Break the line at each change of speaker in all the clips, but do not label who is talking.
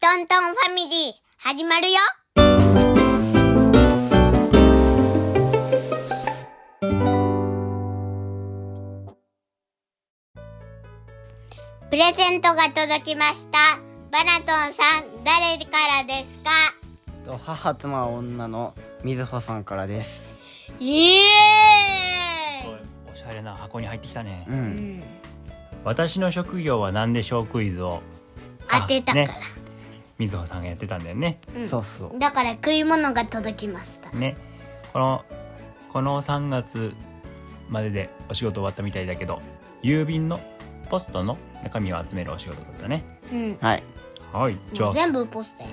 トントンファミリー、始まるよプレゼントが届きました。バナトンさん、誰からですか
と母妻女の水穂さんからです。
イエ
おしゃれな箱に入ってきたね
う。。
ーイ、うんん、
私の職業は何でしょうクイズを
当てたから、
ねみずほさんがやってたんだよね。
うん
そうそう。
だから食い物が届きました。
ね。このこの3月まででお仕事終わったみたいだけど、郵便のポストの中身を集めるお仕事だったね。
うん。
はい。
はい。じゃあ
全部ポストや。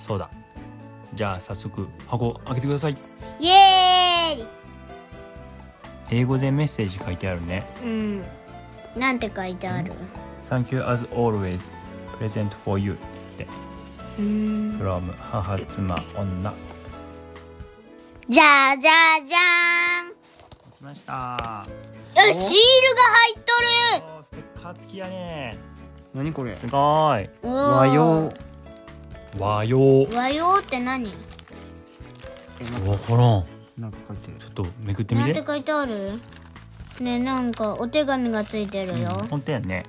そうだ。じゃあ早速箱を開けてください。
イエーイ
英語でメッセージ書いてあるね。
うん。なんて書いてある
Thank you as always. Present for you.
うん。
from 母妻女。
じゃあじゃあじゃ
来ました。
ーん。よしシールが入っとる
おーステッカー付きやね。
何これ。
すごい。
おー
和洋。
和洋。
和洋って何
わからん。
なんか書いてる
ちょ。っとめくってみ
なんて
て。
書いてあるねなんかお手紙がついてるよ、
本当やね。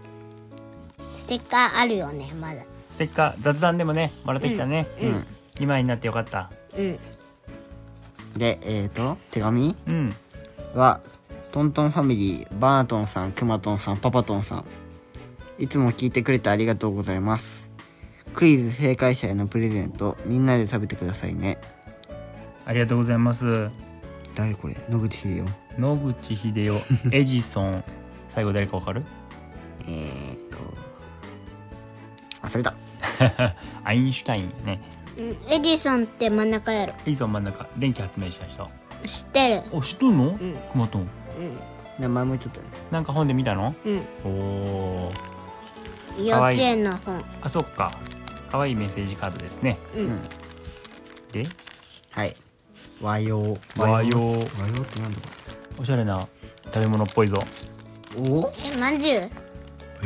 ステッカーあるよねまだ
ステッカー雑談でもね、もらってきたね。
うん
うん
二枚になってよかった。
うん
で、えっ、ー、と手紙
うん。
はトントンファミリーバートンさん、クマトンさん、パパトンさん。いつも聞いてくれてありがとうございます。クイズ正解者へのプレゼントみんなで食べてくださいね。
ありがとうございます。
誰これ？野口秀夫。
野口英 世、エジソン。最後誰かわかる？
えっ、ー、と。あ、それだ。
アインシュタインね。
うんエディソンって真ん中やろ
エジソン真ん中、電気発明した人。
知ってる
お、知っとんの？
ん
くまとん。
名前もちょっとね。
なんか本で見たの？
うん
お
う
おー。
ん幼稚園の本
あ、そっか。可愛いメッセージカードですね。
うん
で、
はい。和洋。
和洋
和洋ってなんだ
おしゃれな食べ物っぽいぞ。
ろう。お？
えまんじゅう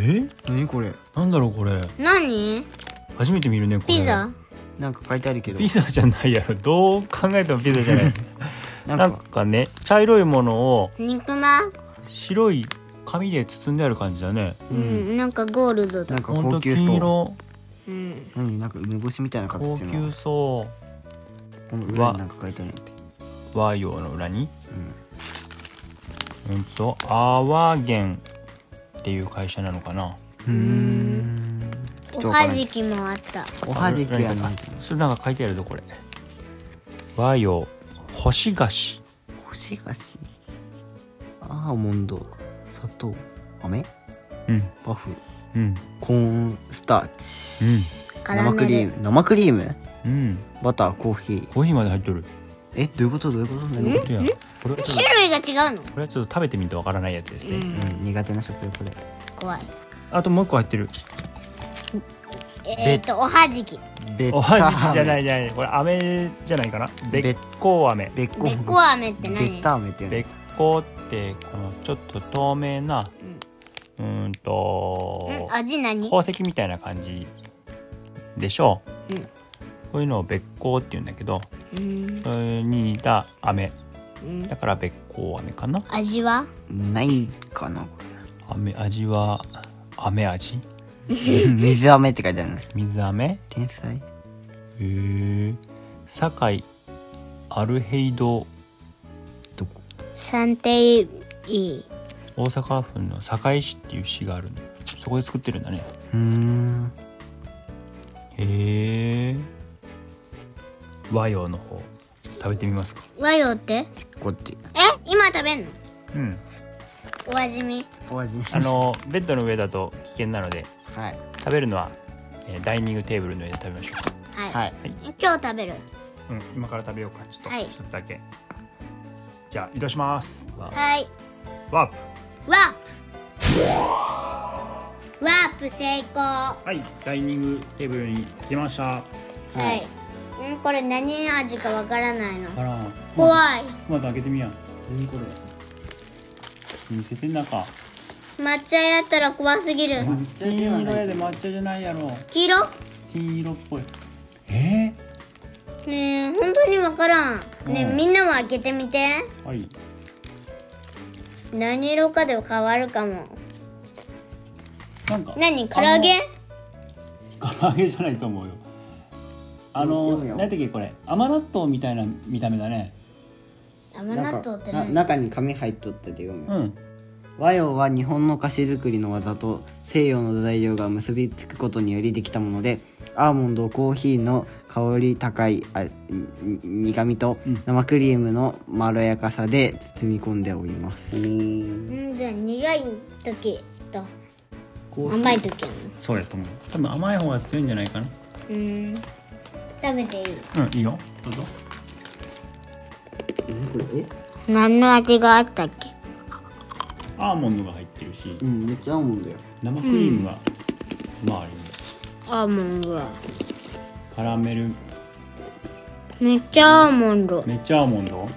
え？
何これ？
なんだろうこれ。
何
初めて見るねこれ。
ピザ
なんか書いてあるけど。
ピザじゃないやろどう考えてもピザじゃない
なん
な
か
んかね茶色いものを
肉まん
白い紙で包んである感じだね
うん、なんかゴールド
な
だ
んか
ほん
高
と
級
金
そう。
色
うん
何なんか梅干しみたいな
高
形
級
の。
そう
この裏になんか書いてあるんやって。
和洋の裏に
うん。
うんとアワゲンっていう会社なのかな
おはじきもあった
おはじきやな
あ。それなんか書いてあるぞこれ和洋干し菓子
干し菓子。アーモンド、砂糖、飴、
うん
パフ、
うん
コーンスターチ。
カラ
生クリ
メ
ー
ル
ム、生クリーム、
うんうん
バター、コーヒー。
コーヒーまで入ってる
え、どういうことどういうこと何
ほんとやこれはちょっと
種類が違うの
これはちょっと食べてみてわからないやつですね、
うん苦手な食レポで。
怖い
あともう一個入ってる
えっ、とおはじき
べっ
おはじきじゃな
飴
いじゃないこれ飴じゃないかな
べ
べっこう飴
べっこ。
べっこ飴って
べ
何
った飴って
べっ
や
こうってこのちょっと透明なうーんと
うん味何
宝石みたいな感じでしょう、
うん
こういうのをべっこうって言うんだけど
うん
それに似た飴
うん
だからべっこう飴かな
味は
つ。ないかな。こ
飴味は飴味
れ水飴って書いてあるの。
水飴
天才。
へえ堺アルヘイド
どこ。
三定いい
大阪府の堺市っていう市があるんだそこで作ってるんだね
うーん。
へえ和洋の方食べてみますか
和洋って
こっち。
え今食べんの
うん
お味見
お味見
あのベッドの上だと危険なので
はい。
食べるのは、えーダイニングテーブルの上で食べましょうか
はい、
はい。
今日食べる
うん今から食べようかちょっと
はい
一つだけ、じゃあ移動しますワ
はい
ープ
ワープワープ成功は
はいダイニングテーブルに来ました
い、うん、これ何味かわからないの
あら
怖い
また開けてみやん
何これ。
見せて中
抹茶やったら怖すぎる
金色やで抹茶じゃないやろ
黄色
金色っぽいえ
ねえ本当にわからんねえ
うん
みんなも開けてみて
ー、はい
何色かで変わるかも
なんか
何唐揚げ
あの唐揚げじゃないと思うよあの
うん
何だっけこれ甘納豆みたいな見た目だね
甘納豆って
な
何
中に紙入っとってて読む、
うん
和洋は日本の菓子作りの技と西洋の材料が結びつくことによりできたものでアーモンドコーヒーの香り高いあに苦みと
うん
生クリームのまろやかさで包み込んでおります
おー
うんじゃあ苦い時と
コーヒー
甘い時
そうやと思う多分甘い方が強いんじゃないかな
うん食べていい
うんいいよどうぞ
えこれえ
何の味があったっけ
アーモンドが入ってるし
うんめっちゃアーモンドよ
生クリームが周りに
アーモンドは
カラメル
めっちゃアーモンド
めっちゃアーモンド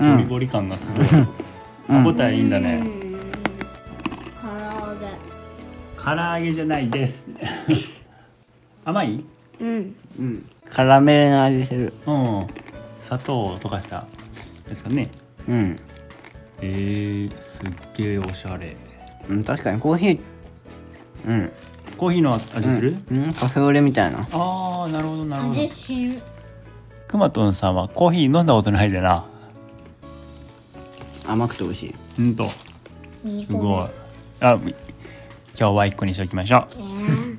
うん
ゴリゴリ感がすごい歯応えいいんだね
うん唐揚げ
唐揚げじゃないです 甘い
うん
うんカラメルの味する
うん砂糖を溶かしたやつかね
うん、
えー、すっげえおしゃれ
うん、確かにコーヒーうん
コーヒーの味する、
うんカフェオレみたいな
ああなるほどなるほど
味しん
くまとんさんはコーヒー飲んだことないでな
甘くて美味しい
うんとす
す
ごいあみ今日は一個にしておきましょ
えー
う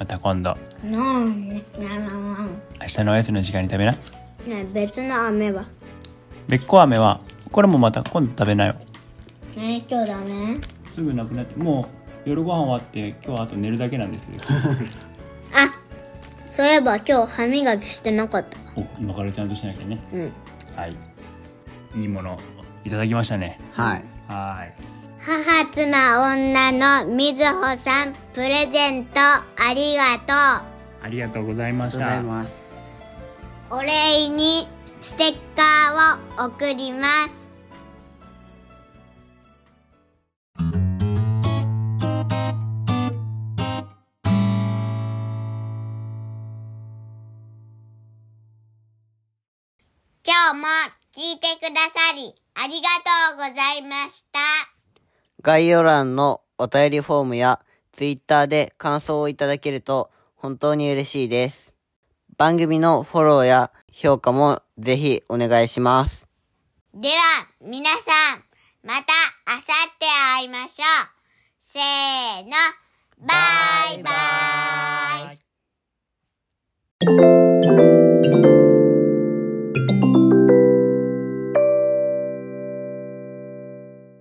また今度
なんでならん
明日のおやつの時間に食べな
ね別の飴は
べっこ飴はこれもまた今度食べなよ
ね今日ダメ
すぐなくなってもう夜ご飯終わって今日はあと寝るだけなんです よ
あそういえば今日歯磨きしてなかった
お今からちゃんとしなきゃね
うん
はいいいものいただきましたね
はい
はーい
母妻女のみずほさんプレゼントありが
ありがとうございま
ありがと
し
うござ
た
います
とうお礼にステッカーを送ります今日も聞いてくださりありがとうございました。
概要欄のお便りフォームや Twitter で感想をいただけると本当に嬉しいです。番組のフォローや評価もぜひお願いします。
では、皆さん、また明後日会いましょう。せーの、バイバイ